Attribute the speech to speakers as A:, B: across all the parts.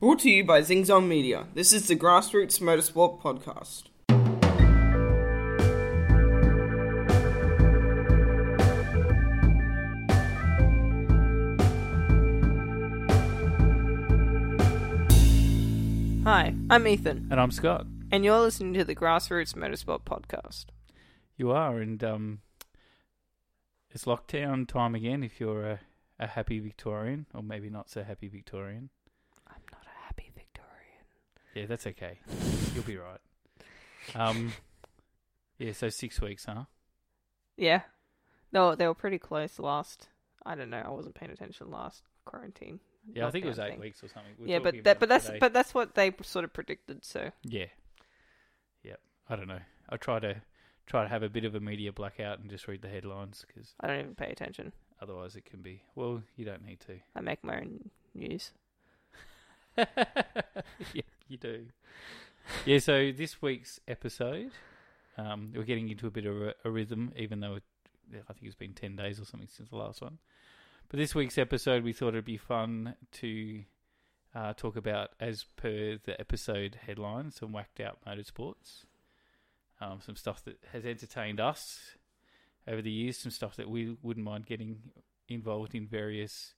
A: Brought to you by Zingzon Media. This is the Grassroots Motorsport Podcast. Hi, I'm Ethan,
B: And I'm Scott.
A: and you're listening to the Grassroots Motorsport Podcast.
B: You are, and um, it's lockdown time again if you're a, a happy Victorian, or maybe not so happy Victorian.
A: I'm not a happy Victorian.
B: Yeah, that's okay. You'll be right. Um, yeah, so six weeks, huh?
A: Yeah. No, they were pretty close last. I don't know. I wasn't paying attention last quarantine.
B: Yeah, I think it was
A: lockdown
B: eight
A: thing.
B: weeks or something. We were
A: yeah,
B: talking
A: but that,
B: about
A: but
B: it
A: that's
B: today.
A: but that's what they sort of predicted. So
B: yeah, yep. I don't know. I try to try to have a bit of a media blackout and just read the headlines because
A: I don't even pay attention.
B: otherwise it can be. Well, you don't need to.
A: I make my own news.
B: yeah, you do. Yeah, so this week's episode, um, we're getting into a bit of a, a rhythm, even though it, I think it's been 10 days or something since the last one. But this week's episode, we thought it'd be fun to uh, talk about, as per the episode headline, some whacked out motorsports, um, some stuff that has entertained us over the years, some stuff that we wouldn't mind getting involved in various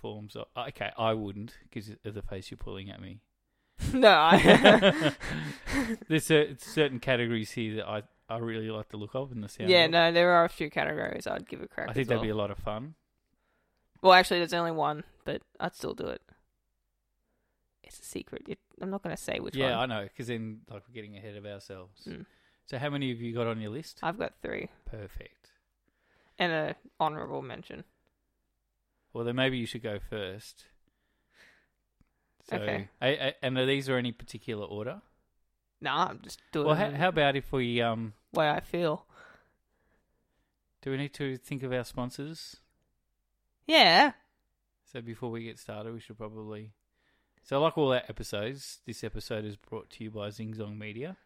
B: forms of. Okay, I wouldn't because of the face you're pulling at me.
A: no, I.
B: There's cer- certain categories here that I, I really like the look of and the sound.
A: yeah,
B: of.
A: no, there are a few categories I'd give a crack.
B: I think
A: as
B: that'd
A: well.
B: be a lot of fun.
A: Well, actually, there's only one, but I'd still do it. It's a secret. It, I'm not going to say which
B: yeah,
A: one.
B: I know because then like we're getting ahead of ourselves.
A: Mm.
B: So how many have you got on your list?
A: I've got three
B: Perfect.
A: and a honourable mention.
B: Well, then maybe you should go first. So,
A: Okay.
B: I, I, and are these are any particular order?
A: Nah, I'm just doing
B: Well,
A: it
B: how,
A: in
B: how about if we um
A: the way I feel.
B: do we need to think of our sponsors?
A: Yeah.
B: So before we get started, we should probably. So, like all our episodes, this episode is brought to you by Zingzong Media.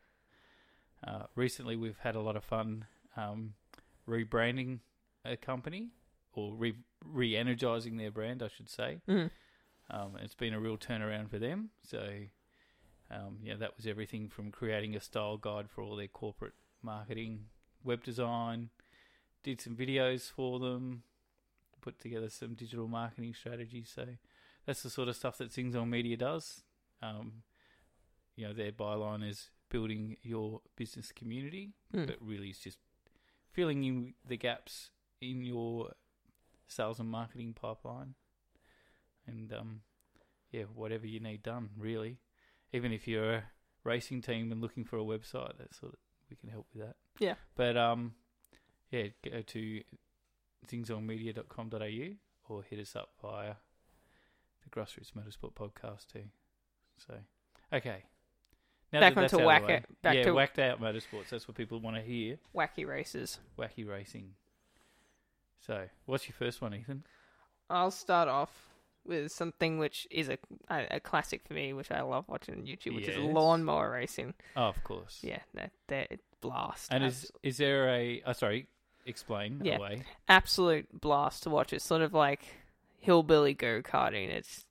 B: Uh, recently, we've had a lot of fun um, rebranding a company or re- re-energizing their brand, I should say.
A: Mm.
B: Um, it's been a real turnaround for them. So, um, yeah, that was everything from creating a style guide for all their corporate marketing, web design, did some videos for them, put together some digital marketing strategies. So, that's the sort of stuff that Sings on Media does. Um, you know, their byline is building your business community,
A: Mm.
B: but really it's just filling in the gaps in your sales and marketing pipeline and um, yeah, whatever you need done, really. Even if you're a racing team and looking for a website, that sort of, we can help with that.
A: Yeah.
B: But um, yeah, go to zingsongmedia.com.au or hit us up via the Grassroots Motorsport podcast too. So, okay. Now
A: Back
B: that that's
A: onto
B: out of the
A: whack
B: way-
A: it- back
B: yeah,
A: to-
B: whacked out motorsports. That's what people want to hear.
A: Wacky races.
B: Wacky racing. So, what's your first one, Ethan?
A: I'll start off with something which is a, a, a classic for me, which I love watching on YouTube, which is
B: Yes.
A: lawnmower racing.
B: Oh, of course.
A: Yeah, that that blast.
B: And
A: Abs-
B: is is there a? Oh, sorry, explain
A: Yeah.
B: away.
A: absolute blast to watch. It's sort of like hillbilly go karting. It's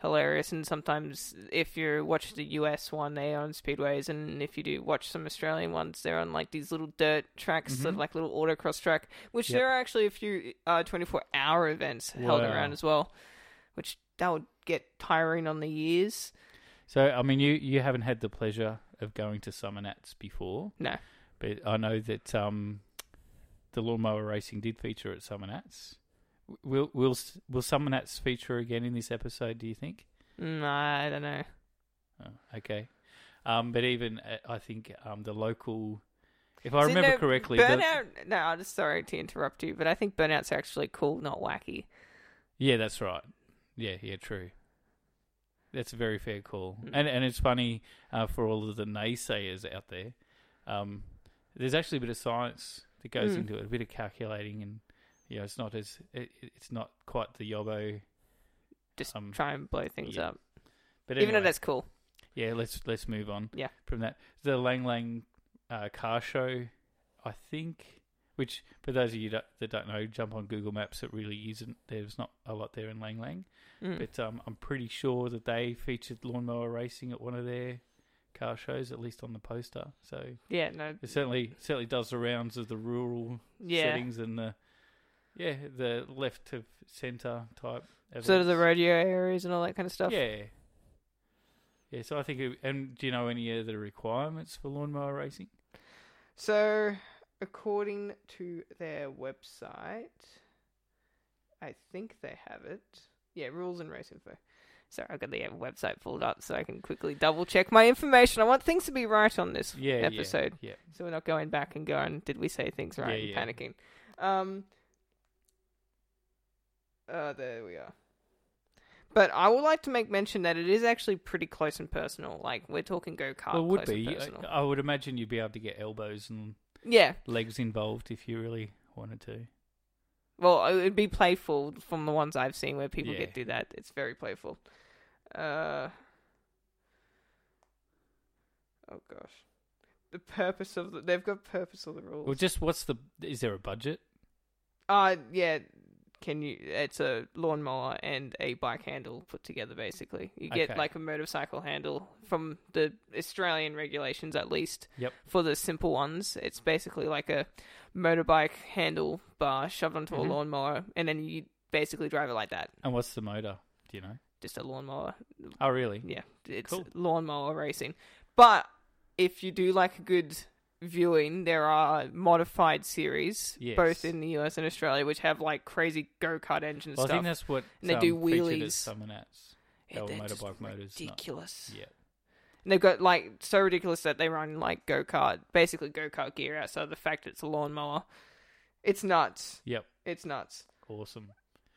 A: hilarious, and sometimes if you watch the US one, they're on speedways, and if you do watch some Australian ones, they're on like these little dirt tracks, sort of
B: Mhm.
A: like little autocross track. Which
B: Yep.
A: there are actually a few uh, twenty four hour events held
B: Wow.
A: around as well, which that would get tiring on the years.
B: So, I mean, you you haven't had the pleasure of going to summer nats before.
A: No.
B: but I know that um, the lawnmower racing did feature at summer nats. Will will s- will summer nats feature again in this episode? Do you think?
A: Mm, I don't know.
B: Oh, okay, um, but even uh, I think um, the local, if I
A: See,
B: remember
A: no,
B: correctly, the-
A: Burnout. No, I'm just sorry to interrupt you, but I think burnouts are actually cool, not wacky.
B: Yeah, that's right. Yeah, yeah, true. That's a very fair call,
A: Mm.
B: and and it's funny uh, for all of the naysayers out there. Um, there's actually a bit of science that goes
A: Mm.
B: into it, a bit of calculating, and you know, it's not as it, it's not quite the yobbo.
A: Just
B: Um,
A: try and blow things
B: yeah.
A: up,
B: But
A: even though
B: anyway,
A: that's cool.
B: yeah, let's let's move on.
A: Yeah.
B: from that the Lang Lang uh, car show, I think. Which, for those of you that, that don't know, jump on Google Maps. It really isn't. There's not a lot there in Lang Lang,
A: Mm.
B: but um, I'm pretty sure that they featured lawnmower racing at one of their car shows, at least on the poster. So
A: yeah, no,
B: it certainly certainly does the rounds of the rural
A: yeah.
B: settings and the yeah the left to centre type.
A: Sort of the
B: events.
A: rodeo areas and all that kind of stuff.
B: Yeah. Yeah, so I think, it, and do you know any of the requirements for lawnmower racing?
A: So, according to their website, I think they have it. Yeah, rules and race info. Sorry, I've got the website pulled up so I can quickly double check my information. I want things to be right on this
B: Yeah, yeah,
A: episode.
B: yeah.
A: So we're not going back and going, did we say things right
B: Yeah,
A: and panicking. Um, uh, there we are. But I would like to make mention that it is actually pretty close and personal. Like, we're talking go kart.
B: well, it would
A: Ah, close and
B: be. I,
A: personal.
B: I would imagine you'd be able to get elbows and
A: yeah.
B: legs involved if you really wanted to.
A: Well, it would be playful from the ones I've seen where people
B: Yeah.
A: get do that. It's very playful. Uh, oh gosh, the purpose of the, they've got purpose of the rules.
B: Well, just what's the? Is there a budget?
A: uh yeah. Can you? It's a lawnmower and a bike handle put together. Basically, you get
B: Okay.
A: like a motorcycle handle from the Australian regulations, at least.
B: Yep.
A: For the simple ones, it's basically like a motorbike handle bar shoved onto
B: Mhm.
A: a lawnmower, and then you basically drive it like that.
B: And what's the motor? Do you know?
A: just a lawnmower.
B: Oh, really?
A: Yeah, it's
B: Cool.
A: lawnmower racing. But if you do like a good viewing, there are modified series,
B: Yes.
A: both in the US and Australia, which have like crazy go kart engine
B: Well, I
A: stuff.
B: think that's what
A: And they
B: um,
A: do
B: featured at
A: wheelies.
B: Summer Nats.
A: Yeah,
B: oh,
A: they're just
B: motorbike motors, not-
A: ridiculous.
B: Yeah.
A: And they've got like so ridiculous that they run like go kart, basically go kart gear outside of the fact it's a lawnmower. It's nuts.
B: Yep.
A: It's nuts.
B: Awesome.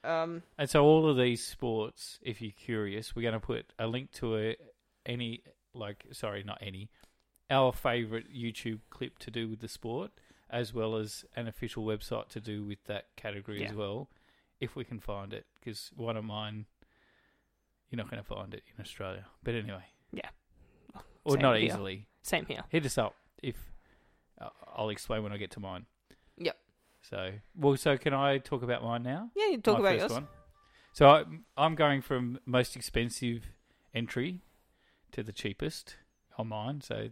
A: Um,
B: And so all of these sports, if you're curious, we're going to put a link to a, any like sorry, not any, our favorite YouTube clip to do with the sport, as well as an official website to do with that category as
A: Yeah.
B: well, if we can find it, because one of mine, you're not going to find it in Australia. But anyway,
A: Yeah.
B: or
A: Same
B: not
A: here.
B: easily.
A: same here.
B: Hit us up if uh, I'll explain when I get to mine.
A: Yep.
B: So well, so can I talk about mine now?
A: Yeah, you talk
B: my
A: about
B: first
A: yours.
B: one. So I, I'm going from most expensive entry to the cheapest on mine. So,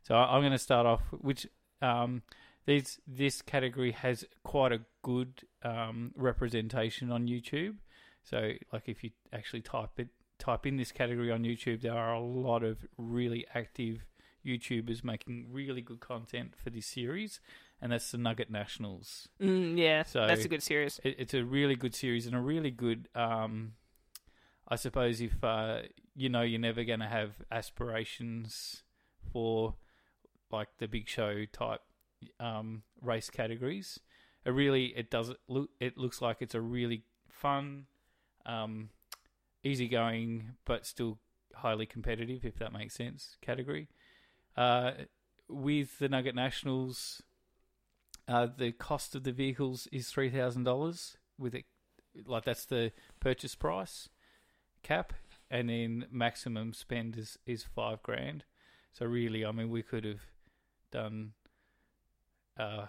B: so I- I'm going to start off which um, these this category has quite a good um, representation on YouTube. So, like if you actually type it type in this category on YouTube, there are a lot of really active YouTubers making really good content for this series, and that's the Nugget Nationals.
A: Mm, yeah,
B: So-
A: that's a good series.
B: It, it's a really good series and a really good. Um, I suppose if uh, you know you're never going to have aspirations for like the big show type um, race categories, it really it does look. It looks like it's a really fun, um, easygoing, but still highly competitive. If that makes sense, category. Uh, with the Nugget Nationals, uh, the cost of the vehicles is three thousand dollars with it, like that's the purchase price cap, and then maximum spend is is five grand. So really, I mean, we could have done uh,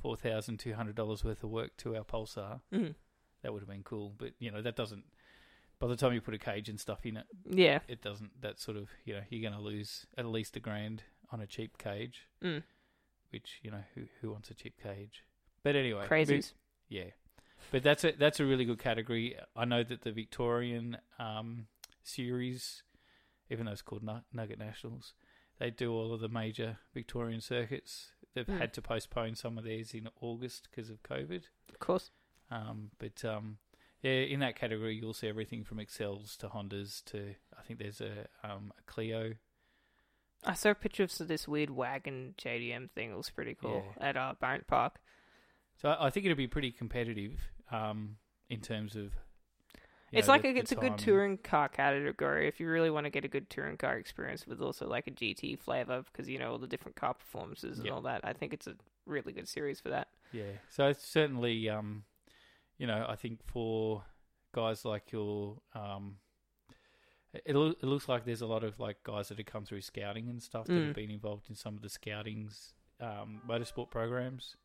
B: four thousand two hundred dollars worth of work to our pulsar.
A: Mm.
B: That would have been cool, but you know that doesn't. By the time you put a cage and stuff in it,
A: Yeah.
B: it doesn't. That sort of you know you're going to lose at least a grand on a cheap cage
A: Mm.
B: which you know who who wants a cheap cage. But anyway,
A: Crazies.
B: but- yeah, but that's a that's a really good category. I know that the Victorian um, series, even though it's called Nu- Nugget Nationals, they do all of the major Victorian circuits. They've
A: Mm.
B: had to postpone some of theirs in August because of COVID.
A: Of course.
B: Um, but um, yeah, in that category, you'll see everything from Excels to Hondas to I think there's a um, a Clio.
A: I saw a picture of this weird wagon JDM thing. It was pretty cool at uh, Barrett Park.
B: So I, I think it'll be pretty competitive um, in terms of. you
A: it's
B: know,
A: like
B: the-
A: a,
B: the
A: it's a
B: time
A: good
B: and-
A: touring car category if you really want to get a good touring car experience with also like a GT flavor because you know all the different car performances and
B: Yeah.
A: all that. I think it's a really good series for that.
B: Yeah, so it's certainly, um, you know, I think for guys like your, um, it, it loo- it looks like there's a lot of like guys that have come through scouting and stuff that
A: Mm.
B: have been involved in some of the scouting's um, motorsport programs,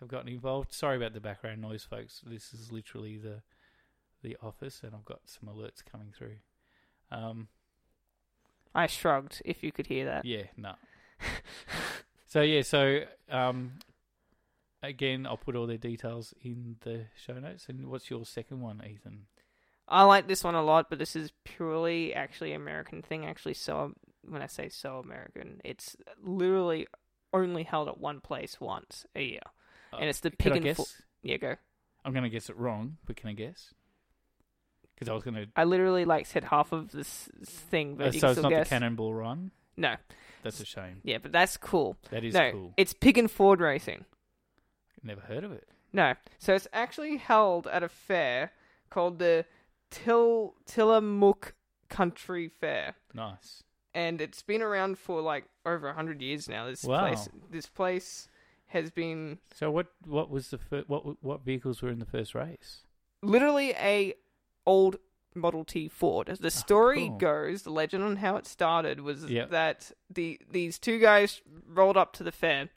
B: have gotten involved. Sorry about the background noise, folks. This is literally the the office, and I've got some alerts coming through. Um,
A: I shrugged if you could hear that.
B: yeah, no. so yeah, so um, again, I'll put all their details in the show notes. And what's your second one, Ethan?
A: I like this one a lot, but this is purely actually American thing. Actually, so when I say so American, it's literally only held at one place once a year,
B: Uh,
A: and it's the
B: Can
A: pig
B: I
A: and
B: guess?
A: Fo- yeah, go.
B: I'm going to guess it wrong, but can I guess? Because I was going to.
A: I literally like said half of this thing, but
B: Uh,
A: you
B: so
A: can
B: it's
A: still
B: not
A: guess.
B: the Cannonball Run.
A: No,
B: That's a shame.
A: yeah, but that's cool.
B: That is
A: no,
B: cool.
A: it's pig and Ford racing.
B: Never heard of it.
A: No, so it's actually held at a fair called the Till Tillamook Country Fair.
B: Nice.
A: and it's been around for like over a hundred years now. This
B: Wow.
A: place, this place has been
B: So what? What was the fir- what? w- What vehicles were in the first race?
A: literally a old Model T Ford. The story
B: Ah, cool.
A: goes, the legend on how it started was
B: Yep.
A: that the these two guys rolled up to the fair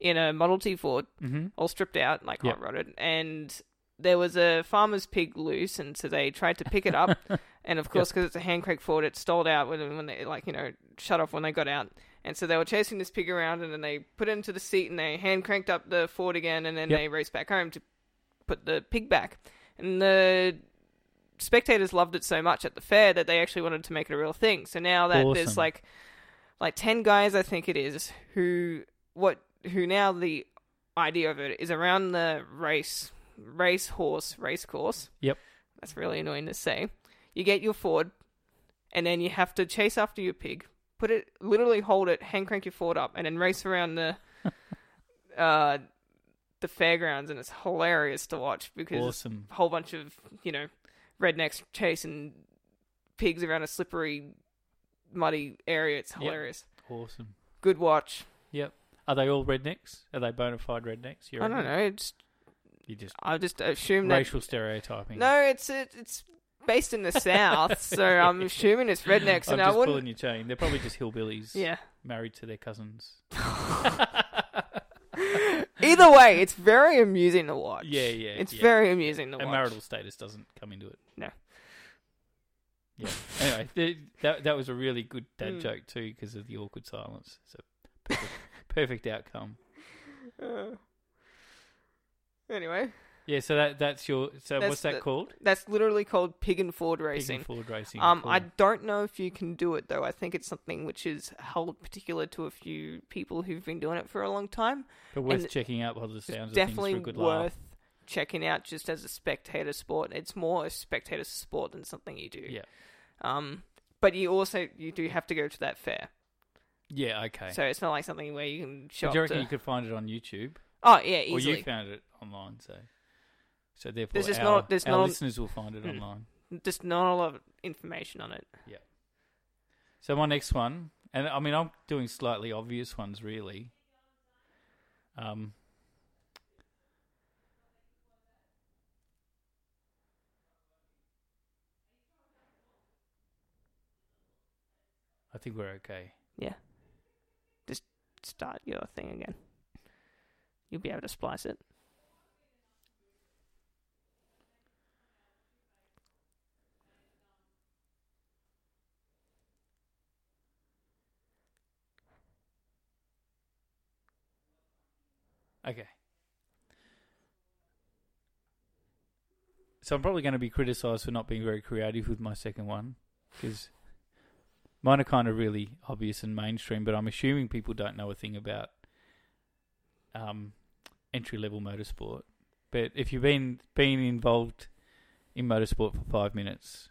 A: in a Model T Ford,
B: Mm-hmm.
A: all stripped out, like
B: Yep.
A: hot rodded, and there was a farmer's pig loose, and so they tried to pick it up. And of course, because it's a handcrank Ford, it stalled out when, when they, like, you know, shut off when they got out. And so they were chasing this pig around, and then they put it into the seat and they hand cranked up the Ford again, and then
B: Yep.
A: they raced back home to put the pig back. And the spectators loved it so much at the fair that they actually wanted to make it a real thing. So now that
B: Awesome.
A: there's like like 10 guys I think it is who what who now the idea of it is around the race race horse race course.
B: Yep.
A: That's really annoying to say. You get your Ford and then you have to chase after your pig. Put it literally hold it, hand crank your Ford up and then race around the uh the fairgrounds and it's hilarious to watch because
B: Awesome.
A: whole bunch of you know rednecks chasing pigs around a slippery, muddy area. It's
B: Yep.
A: hilarious.
B: Awesome.
A: Good watch.
B: Are they all rednecks? Are they bona fide rednecks? You
A: I don't
B: reckon?
A: know. It's
B: You just
A: I just assume that
B: racial stereotyping.
A: no, it's it, it's based in the south, so I'm assuming it's rednecks,
B: I'm
A: and I
B: just
A: wouldn't.
B: pulling your chain. They're probably just hillbillies.
A: Yeah.
B: Married to their cousins.
A: Either way, it's very amusing to watch.
B: Yeah, yeah,
A: It's
B: yeah.
A: very amusing to watch.
B: and marital status doesn't come into it.
A: No.
B: Yeah. Anyway, th that that was a really good dad
A: Mm.
B: joke too because of the awkward silence. It's a perfect, perfect outcome.
A: Uh, anyway,
B: Yeah. So that that's your. So
A: That's
B: what's that
A: the-
B: called?
A: that's literally called pig and Ford
B: Pig
A: racing.
B: and Ford racing.
A: Um,
B: Cool.
A: I don't know if you can do it though. I think it's something which is held particular to a few people who've been doing it for a long time.
B: but worth
A: and
B: checking out. By the
A: It's
B: sounds of things for
A: definitely
B: a good
A: worth
B: laugh.
A: checking out just as a spectator sport. It's more a spectator sport than something you do.
B: Yeah.
A: Um, but you also you do have to go to that fair,
B: Yeah. Okay.
A: so it's not like something where you can show
B: But do you
A: up
B: reckon
A: to.
B: you could find it on YouTube,
A: Oh yeah,
B: or
A: easily.
B: you found it online? So, so therefore,
A: There's just
B: our,
A: not- there's
B: our
A: not-
B: listeners will find it
A: Mm.
B: online.
A: Just not a lot of information on it.
B: So my next one, and I mean I'm doing slightly obvious ones really. Um, I think we're okay.
A: Start your thing again. You'll be able to splice it.
B: Okay. So I'm probably going to be criticised for not being very creative with my second one because mine are kind of really obvious and mainstream, but I'm assuming people don't know a thing about um, entry level motorsport. But if you've been been involved in motorsport for five minutes,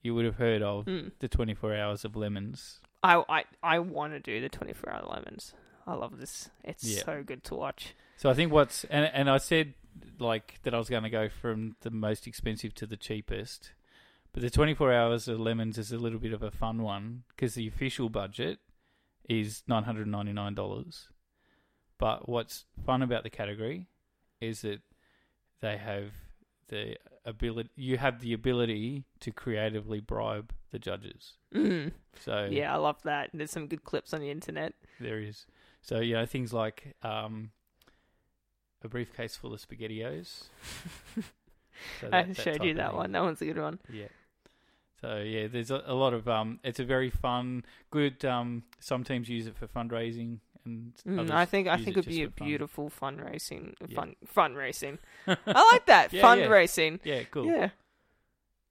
B: you would have heard of
A: Mm.
B: the 24 hours of lemons.
A: I I, I want to do the 24 hour lemons. I love this. It's
B: Yeah.
A: so good to watch.
B: So I think what's and and I said like that I was going to go from the most expensive to the cheapest, but the twenty four hours of lemons is a little bit of a fun one because the official budget is nine hundred ninety nine dollars, but what's fun about the category is that they have the ability you have the ability to creatively bribe the judges.
A: Mm.
B: So
A: Yeah, I love that. There's some good clips on the internet.
B: there is. So yeah, things like um, a briefcase full of SpaghettiOs. So
A: I
B: that- that
A: showed
B: type
A: you
B: of
A: that
B: thing.
A: one. That one's a good one.
B: Yeah. So yeah, there's a, a lot of um. It's a very fun, good. Um, some teams use it for fundraising, and
A: Mm,
B: others
A: I think I
B: use
A: think
B: it
A: it'd
B: just
A: be a
B: for fun.
A: beautiful fundraising.
B: Yeah.
A: Fun fundraising. I like that
B: Yeah, yeah.
A: fundraising.
B: yeah, cool.
A: Yeah,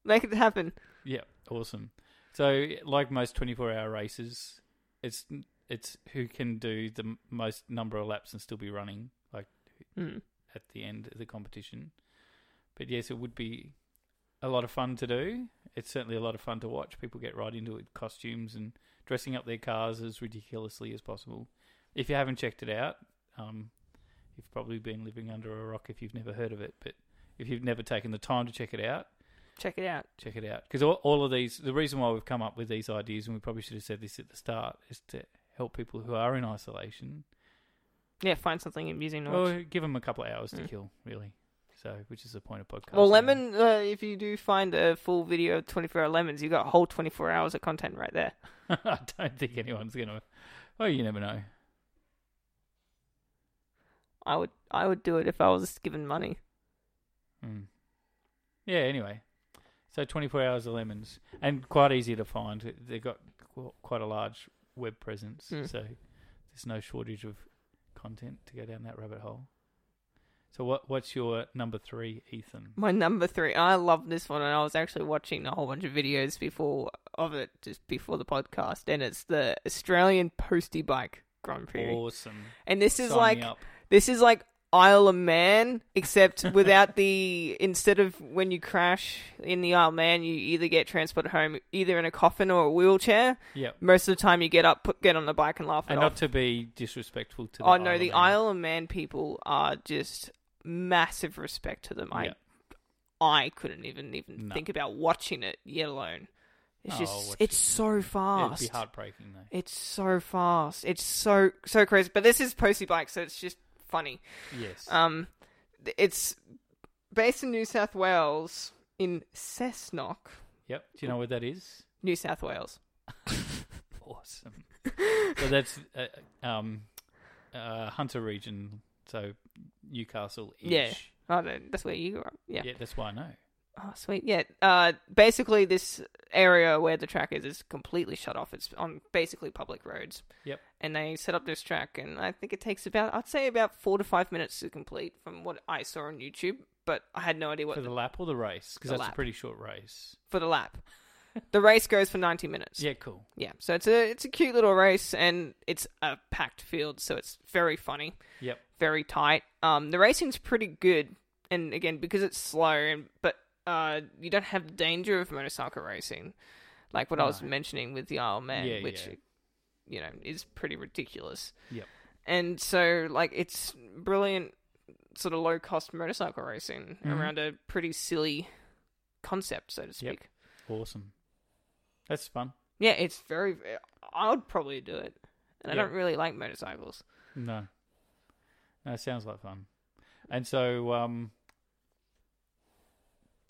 A: make it happen.
B: Yeah, awesome. So, like most twenty-four hour races, it's it's who can do the m- most number of laps and still be running, like
A: Mm.
B: at the end of the competition. But yes, it would be a lot of fun to do. It's certainly a lot of fun to watch. People get right into it, costumes and dressing up their cars as ridiculously as possible. If you haven't checked it out, um, you've probably been living under a rock if you've never heard of it. But if you've never taken the time to check it out
A: Check it out.
B: check it out because all, all of these the reason why we've come up with these ideas and we probably should have said this at the start is to help people who are in isolation
A: Yeah, find something amusing to watch.
B: or give them a couple of hours to
A: Mm.
B: kill really so which is the point of podcast
A: well, lemon. Uh, if you do find a full video of twenty four hour lemons, you got a whole twenty four hours of content right there.
B: i don't think anyone's gonna oh you never know
A: I would I would do it if I was given money.
B: Hmm. yeah anyway so 24 hours of lemons and quite easy to find they've got qu- quite a large web presence
A: Mm.
B: so there's no shortage of content to go down that rabbit hole so what what's your number three ethan
A: My number three. I love this one, and I was actually watching a whole bunch of videos before of it just before the podcast, and it's the Australian Postie Bike Grand Prix.
B: Awesome.
A: And this is
B: Oh, Sign
A: like
B: me up.
A: this is like Isle of Man, except without the instead of when you crash in the Isle of Man, you either get transported home either in a coffin or a wheelchair.
B: Yep.
A: Most of the time, you get up, put, get on the bike, and laugh it
B: And
A: off.
B: not to be disrespectful to the
A: oh no, the
B: Isle.
A: Isle of Man people are just massive respect to them.
B: Yeah.
A: I I couldn't even even
B: No.
A: think about watching it, yet alone. It's
B: Oh, I'll
A: just
B: watch
A: it's
B: it.
A: so
B: It'd
A: fast.
B: be heartbreaking though.
A: It's so fast. It's so so crazy. But this is posty bike, so it's just funny.
B: Yes.
A: Um, th- it's based in New South Wales in Cessnock,
B: yep. Do you know what that is?
A: New South Wales.
B: Awesome. so that's uh, um, uh, Hunter region. So Newcastle.
A: Yeah. Oh, th- that's where you grew up. Yeah.
B: yeah. That's why I know.
A: Oh, sweet. Yeah. Uh, basically, this area where the track is is completely shut off. It's on basically public roads.
B: Yep.
A: And they set up this track, and I think it takes about I'd say about four to five minutes to complete from what I saw on YouTube. But I had no idea what
B: For the lap or the race? Because
A: The
B: that's
A: lap.
B: a pretty short race.
A: for the lap. The race goes for ninety minutes.
B: Yeah. Cool.
A: Yeah, so it's a it's a cute little race, and it's a packed field, so it's very funny,
B: Yep.
A: very tight. Um, the racing's pretty good, and again because it's slow, and but uh, you don't have the danger of motorcycle racing, like what I was
B: No.
A: mentioning with the Isle of Man,
B: Yeah,
A: which
B: yeah.
A: you know is pretty ridiculous.
B: Yep.
A: and so like it's brilliant, sort of low cost motorcycle racing
B: Mhm.
A: around a pretty silly concept, so to speak.
B: Awesome. That's fun.
A: Yeah, it's very. I would probably do it, and I
B: Yeah.
A: don't really like motorcycles.
B: No. No, it sounds like fun. And so, um,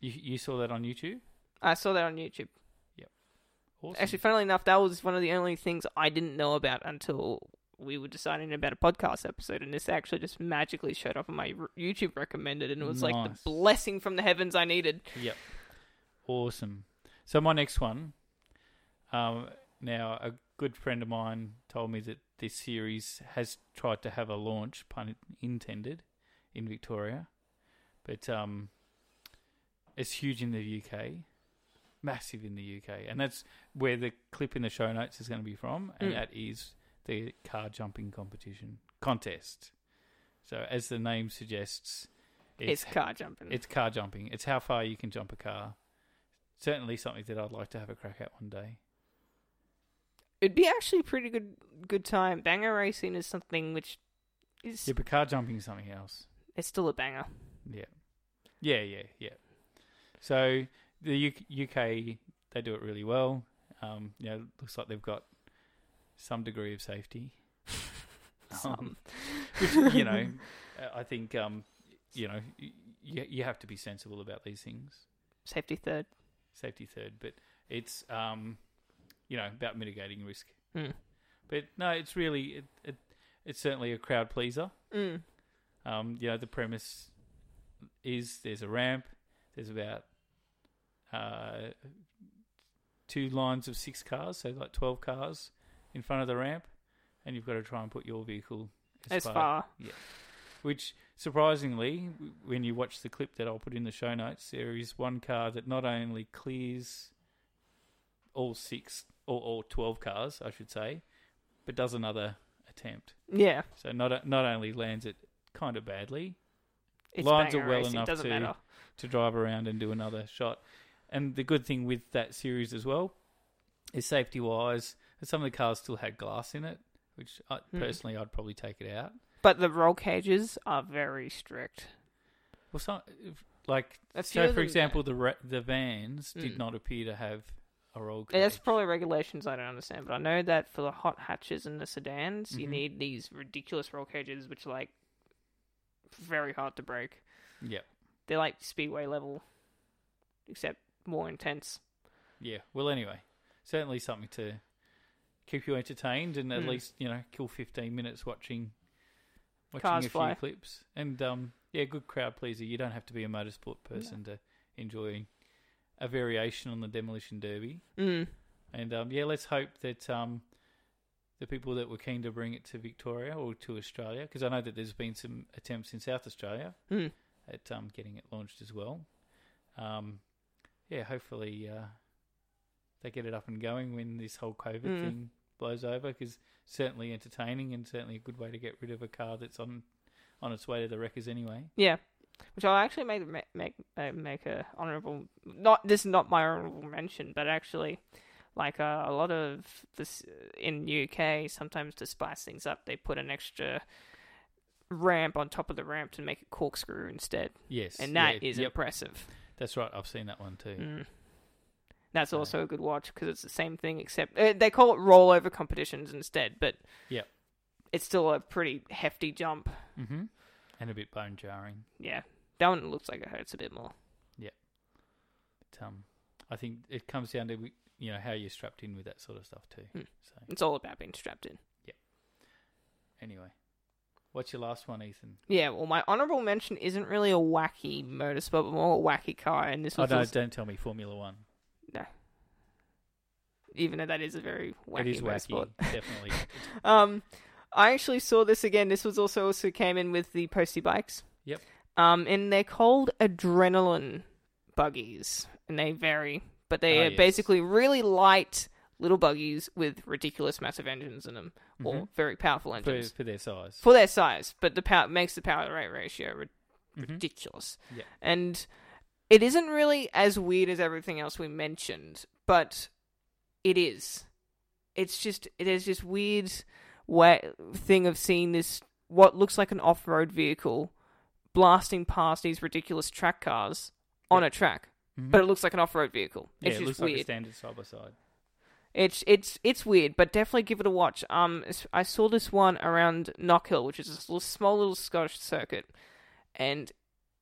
B: you you saw that on YouTube.
A: I saw that on YouTube.
B: Awesome.
A: Actually, funnily enough, that was one of the only things I didn't know about until we were deciding about a podcast episode, and this actually just magically showed up on my r- YouTube recommended, and it was like the
B: Nice.
A: blessing from the heavens I needed.
B: Yep. Awesome. So my next one. Um, now a good friend of mine told me that this series has tried to have a launch, pun intended, in Victoria, but um, it's huge in the UK, massive in the UK, and that's where the clip in the show notes is going to be from, and
A: Mm.
B: that is the car jumping competition contest. So as the name suggests,
A: It's, car jumping.
B: it's car jumping. It's how far you can jump a car. Certainly something that I'd like to have a crack at one day.
A: It'd be actually a pretty good good time. Banger racing is something which is
B: Yeah, but car jumping is something else.
A: it's still a banger.
B: Yeah. Yeah, yeah, yeah. So the U- UK, they do it really well. Um, you know, looks like they've got some degree of safety. Um,
A: Some.
B: which, you know, uh, I think, um, you know, y- y- you have to be sensible about these things.
A: Safety third.
B: safety third, but it's um, you know about mitigating risk.
A: Hmm.
B: But no, it's really it, it, it's certainly a crowd pleaser.
A: Mm.
B: Um, you know, the premise is there's a ramp, there's about uh, two lines of six cars, so like 12 cars in front of the ramp, and you've got to try and put your vehicle
A: As far.
B: Which, surprisingly, w- when you watch the clip that I'll put in the show notes, there is one car that not only clears all six or all 12 cars, I should say, but does another attempt.
A: Yeah.
B: So not o- not only lands it kind of badly
A: It's
B: Lines
A: banger
B: are well
A: racing,
B: enough
A: doesn't
B: to-
A: matter.
B: to drive around and do another shot. And the good thing with that series as well is safety wise, some of the cars still had glass in it, which I,
A: Hmm.
B: personally I'd probably take it out.
A: But the roll cages are very strict.
B: Well, some if- like
A: A few of
B: so for
A: them
B: example, the ra- the vans did
A: Hmm.
B: not appear to have a roll
A: Yeah,
B: cage.
A: That's probably regulations I don't understand, but I know that for the hot hatches and the sedans, you
B: Mhm.
A: need these ridiculous roll cages, which are like very hard to break.
B: yeah,
A: They're like speedway level, except more intense.
B: yeah. Well, anyway, certainly something to keep you entertained and at
A: Hmm.
B: least you know kill fifteen minutes watching watching
A: Cars
B: a
A: fly.
B: few clips and um yeah, good crowd pleaser. You don't have to be a motorsport person to enjoy a variation on the demolition derby.
A: Mm.
B: And um, yeah, let's hope that um, the people that were keen to bring it to Victoria or to Australia, because I know that there's been some attempts in South Australia
A: Hmm.
B: at um, getting it launched as well. Um, yeah, hopefully uh, they get it up and going when this whole COVID
A: Mm.
B: thing blows over, because certainly entertaining and certainly a good way to get rid of a car that's on on its way to the wreckers anyway.
A: Yeah, which I'll actually make make make, uh, make a honorable. Not this is not my honorable mention, but actually, like uh, a lot of this uh, in UK, sometimes to spice things up, they put an extra ramp on top of the ramp to make it corkscrew instead,
B: Yes,
A: and that is
B: yeah, yep,
A: impressive.
B: that's right. I've seen that one too.
A: Mm. That's
B: So-
A: also a good watch because it's the same thing, except uh, they call it rollover competitions instead. But
B: Yep.
A: it's still a pretty hefty jump.
B: hmm And a bit bone jarring.
A: Yeah, that one looks like it hurts a bit more.
B: But, um, I think it comes down to you know how you're strapped in with that sort of stuff too.
A: Hmm.
B: So
A: It's all about being strapped in.
B: anyway, what's your last one, Ethan?
A: Yeah, well, my honorable mention isn't really a wacky motorsport, but more a wacky car, and this
B: Oh
A: was
B: no,
A: also-
B: don't tell me Formula One.
A: even though that is a very wacky
B: it is wacky,
A: motorsport.
B: definitely.
A: Um, I actually saw this again. This was also also came in with the posty bikes.
B: Yep.
A: Um, and they're called adrenaline buggies, and they vary, but they
B: Ah,
A: are
B: yes.
A: basically really light little buggies with ridiculous massive engines in them, or
B: Mhm.
A: very powerful
B: for,
A: engines.
B: for their size.
A: for their size, but the power makes the power to weight ratio ri-
B: Mhm.
A: ridiculous.
B: Yeah.
A: And it isn't really as weird as everything else we mentioned, but it is. It's just there's this weird way thing of seeing this what looks like an off-road vehicle blasting past these ridiculous track cars on a track,
B: Mhm.
A: but it looks like an off-road vehicle.
B: yeah,
A: It's
B: it
A: just
B: looks like a
A: weird.
B: standard side by side.
A: It's it's it's weird, but definitely give it a watch. Um, s- I saw this one around Knockhill, which is a little, small little Scottish circuit, and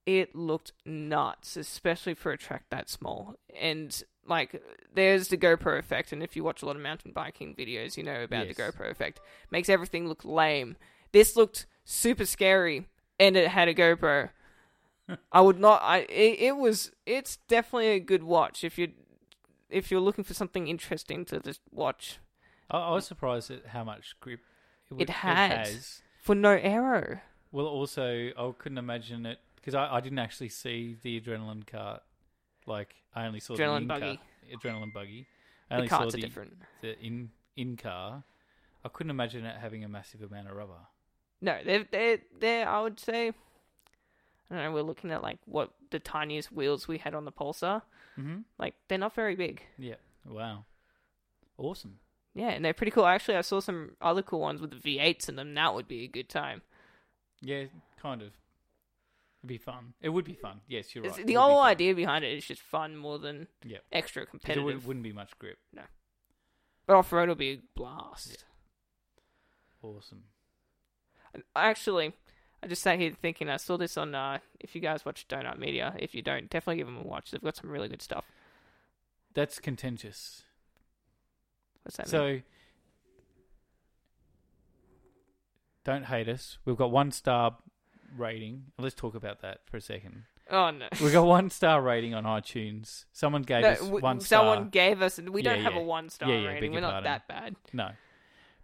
A: it looked nuts, especially for a track that small. And like, there's the GoPro effect, and if you watch a lot of mountain biking videos, you know about the
B: Yes.
A: GoPro effect. Makes everything look lame. This looked super scary, and it had a GoPro. I would not. I it, it was. It's definitely a good watch if you if you're looking for something interesting to just watch
B: I, I was surprised at how much grip it, would-
A: It had.
B: has.
A: for no arrow.
B: Well, also I couldn't imagine it because I, I didn't actually see the adrenaline cart. Like I only saw
A: Adrenaline
B: the in
A: buggy.
B: Car, adrenaline buggy. I
A: The
B: only saw
A: carts are
B: the-
A: different.
B: the in in car, I couldn't imagine it having a massive amount of rubber.
A: No, they're they're they're. I would say. I don't know. We're looking at like what the tiniest wheels we had on the Pulsar.
B: Mm-hmm.
A: Like they're not very big.
B: Wow, awesome.
A: Yeah, and they're pretty cool. Actually, I saw some other cool ones with the V8s in them. That would be a good time.
B: Yeah, kind of. It'd be fun. It would be fun. Yes, you're
A: It's-
B: right.
A: The whole idea behind it is just fun more than
B: Yeah.
A: extra
B: It
A: competitive.
B: would, wouldn't be much grip.
A: But off road will be a blast.
B: Awesome.
A: And Actually, I just sat here thinking. I saw this on. Uh, if you guys watch Donut Media, if you don't, definitely give them a watch. They've got some really good stuff.
B: That's contentious.
A: What's that? mean?
B: so, don't hate us. We've got one star rating. Let's talk about that for a second.
A: Oh no.
B: We got one star rating on iTunes. Someone gave
A: No,
B: us
A: w-
B: one star.
A: someone gave us. We don't
B: Yeah,
A: have
B: yeah.
A: a one star
B: Yeah, yeah, beg
A: rating.
B: your
A: We're not
B: pardon.
A: that bad.
B: No,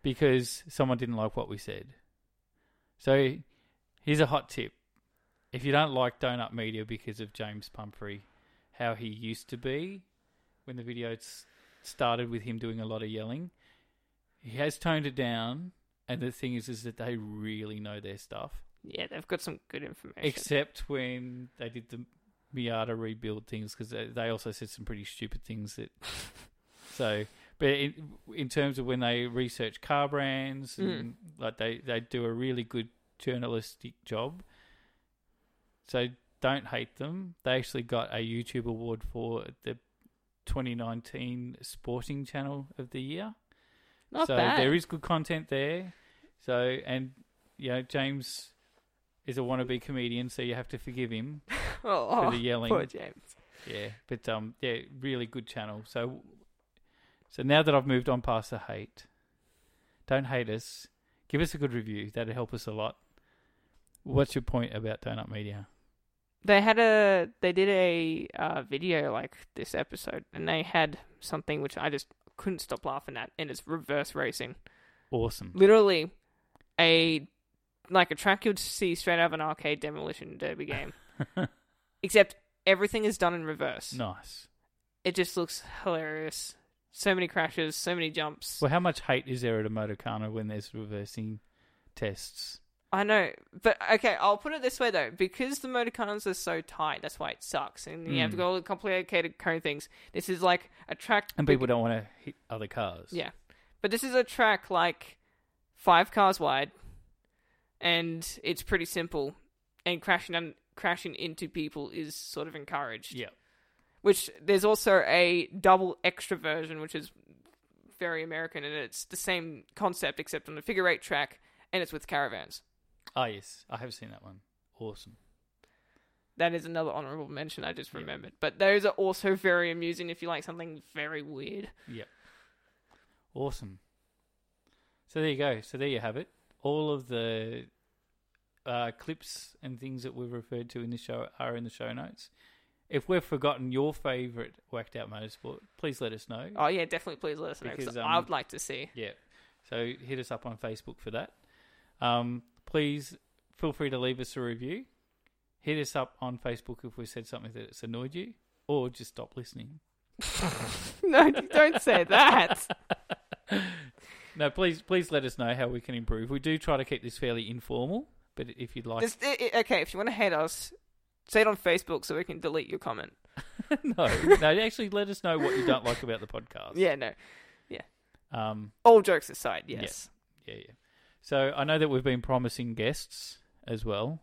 B: because someone didn't like what we said. So here's a hot tip: if you don't like Donut Media because of James Pumphrey, how he used to be when the video s- started with him doing a lot of yelling, he has toned it down. And the thing is, is that they really know their stuff.
A: Yeah, they've got some good information.
B: Except when they did the Miata rebuild things, because they, they also said some pretty stupid things that. so, but in, in terms of when they research car brands, and, like they they do a really good journalistic job. So don't hate them. They actually got a YouTube award for the 2019 Sporting Channel of the Year
A: not
B: so
A: bad.
B: there is good content there. So and you know James is a wannabe comedian, so you have to forgive him
A: oh,
B: for the yelling.
A: poor James.
B: Yeah, but um, yeah, really good channel. So so now that I've moved on past the hate, don't hate us. Give us a good review. That'd help us a lot. What's your point about Donut Media?
A: They had a. They did a uh, video like this episode, and they had something which I just couldn't stop laughing at, and it's reverse racing.
B: Awesome.
A: Literally, a like a track you'd see straight out of an arcade demolition derby game, except everything is done in reverse.
B: nice.
A: It just looks hilarious. So many crashes, so many jumps.
B: Well, how much hate is there at a motorcana when there's reversing tests?
A: I know, but okay, I'll put it this way though, because the motorcars are so tight, that's why it sucks, and you have to
B: Mm.
A: go all the complicated cone things. This is like a track,
B: And people don't want to hit other cars.
A: yeah, but this is a track like five cars wide, and it's pretty simple, and crashing un- crashing into people is sort of encouraged.
B: Yeah.
A: Which there's also a double extra version, which is very American, and it's the same concept except on the figure eight track, and it's with caravans.
B: Ah, yes, I have seen that one. Awesome.
A: That is another honorable mention I just remembered. But those are also very amusing if you like something very weird.
B: Yep. Awesome. So there you go. So there you have it. All of the uh, clips and things that we've referred to in the show are in the show notes. If we've forgotten your favourite whacked out motorsport, please let us know.
A: Oh yeah, definitely please let us know because
B: Because,
A: I
B: um,
A: would like to see.
B: Yeah. So hit us up on Facebook for that. Um, please feel free to leave us a review. Hit us up on Facebook if we said something that's annoyed you, or just stop listening.
A: no, don't say that.
B: No, please, please let us know how we can improve. We do try to keep this fairly informal, but if you'd like,
A: Just, i i okay, if you want to hate us, say it on Facebook so we can delete your comment.
B: no, no, actually, let us know what you don't like about the podcast.
A: Yeah, no.
B: Um.
A: All jokes aside, yes.
B: Yeah. Yeah. So I know that we've been promising guests as well,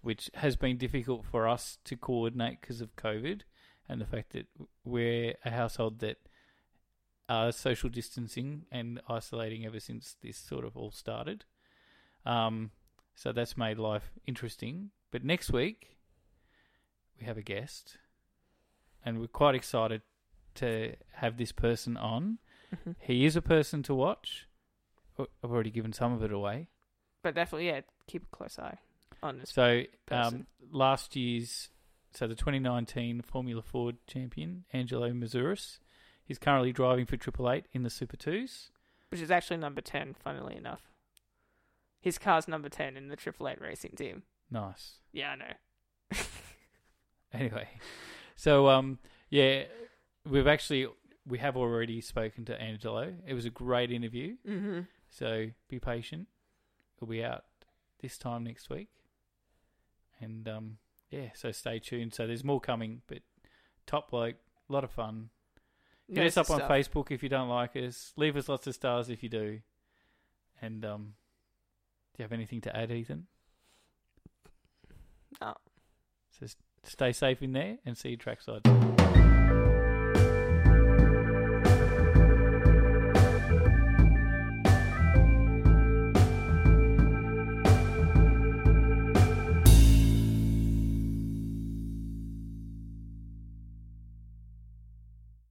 B: which has been difficult for us to coordinate because of COVID and the fact that we're a household that are social distancing and isolating ever since this sort of all started. Um, so that's made life interesting. But next week we have a guest, and we're quite excited to have this person on.
A: Mhm.
B: He is a person to watch. Oh, I've already given some of it away.
A: But definitely, yeah, keep a close eye on this.
B: So um,
A: person.
B: last year's, so the 2019 Formula Ford champion Angelo Mazuris, he's currently driving for Triple Eight in the Super Twos.
A: Which is actually number 10, funnily enough. His car's number 10 in the Triple Eight racing team.
B: Nice.
A: Yeah, I know.
B: Anyway, so um, yeah, we've actually we have already spoken to Angelo. It was a great interview.
A: Mm-hmm.
B: So be patient. We'll be out this time next week. And um, yeah, so stay tuned. So there's more coming, but top bloke, a lot of fun. Hit us up on Facebook if you don't like us. Leave us lots of stars if you do. And um, do you have anything to add, Ethan?
A: No.
B: So s- stay safe in there and see you trackside.